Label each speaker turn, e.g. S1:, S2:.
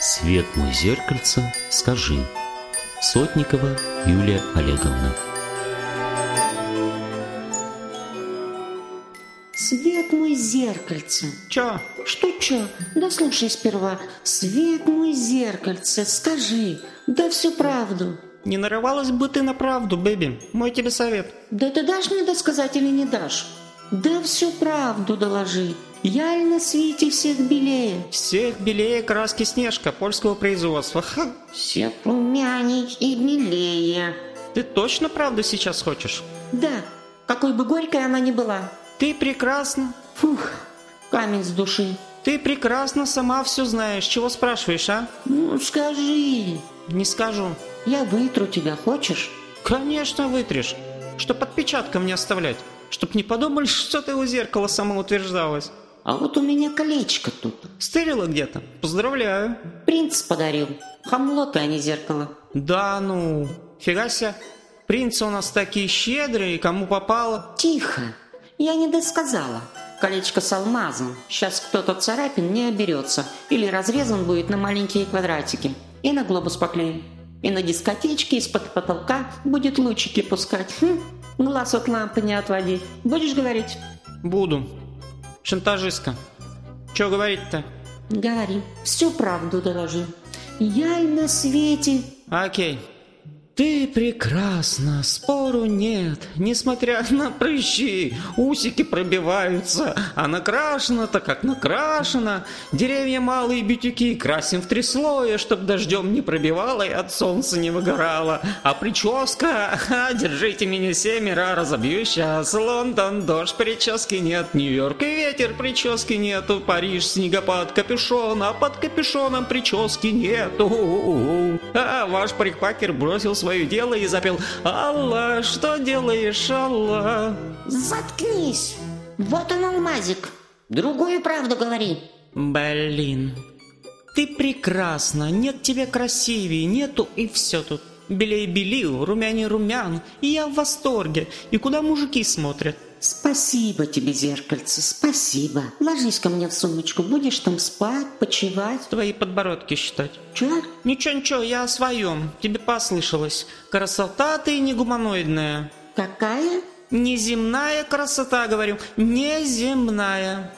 S1: Свет мой зеркальце, скажи. Сотникова Юлия Олеговна.
S2: Свет мой зеркальце.
S3: Чё?
S2: Что чё? Да слушай сперва. Свет мой зеркальце, скажи. Да всю правду.
S3: Не нарывалась бы ты на правду, Бэби. Мой тебе совет.
S2: Да ты дашь мне досказать или не дашь? Да всю правду доложи. Я и на свете всех белее.
S3: Всех белее краски Снежка польского производства. Ха.
S2: Всех румяней и белее.
S3: Ты точно правду сейчас хочешь?
S2: Да, какой бы горькой она ни была.
S3: Ты прекрасно.
S2: Фух, камень с души.
S3: Ты прекрасно сама все знаешь. Чего спрашиваешь, а?
S2: Ну, скажи.
S3: Не скажу.
S2: Я вытру тебя, хочешь?
S3: Конечно, вытрешь. Чтоб отпечатком не оставлять. Чтоб не подумали, что ты у зеркала самоутверждалась.
S2: А вот у меня колечко тут.
S3: Стырила где-то? Поздравляю.
S2: Принц подарил. Хамло ты, а не зеркало.
S3: Да ну, фига себе. Принцы у нас такие щедрые, кому попало.
S2: Тихо. Я не досказала. Колечко с алмазом. Сейчас кто-то царапин не оберется. Или разрезан будет на маленькие квадратики. И на глобус поклеим. И на дискотечке из-под потолка будет лучики пускать. Хм, глаз от лампы не отводи. Будешь говорить?
S3: Буду. Шантажистка. Чё говорить-то?
S2: Говори. Всю правду доложи. Я и на свете.
S3: А, Окей. Ты прекрасна, спору нет, несмотря на прыщи, усики пробиваются, а накрашена-то как накрашена. Деревья малые битюки красим в три слоя, чтоб дождем не пробивало и от солнца не выгорало. А прическа, а, ха, держите меня семеро, разобью сейчас. Лондон, дождь, прически нет, Нью-Йорк и ветер, прически нету, Париж, снегопад, капюшон, а под капюшоном прически нету. А ваш парикмахер бросил свой свое дело и запел «Алла, что делаешь, Алла?»
S2: Заткнись. Вот он алмазик. Другую правду говори.
S3: Блин, ты прекрасна, нет тебя красивее, нету и все тут. Белей белил, румяней румян, и я в восторге. И куда мужики смотрят?
S2: Спасибо тебе, зеркальце, спасибо. Ложись ко мне в сумочку, будешь там спать, почевать.
S3: Твои подбородки считать.
S2: Чё?
S3: Ничего, ничего, я о своем. Тебе послышалось. Красота ты не гуманоидная.
S2: Какая?
S3: Неземная красота, говорю. Неземная.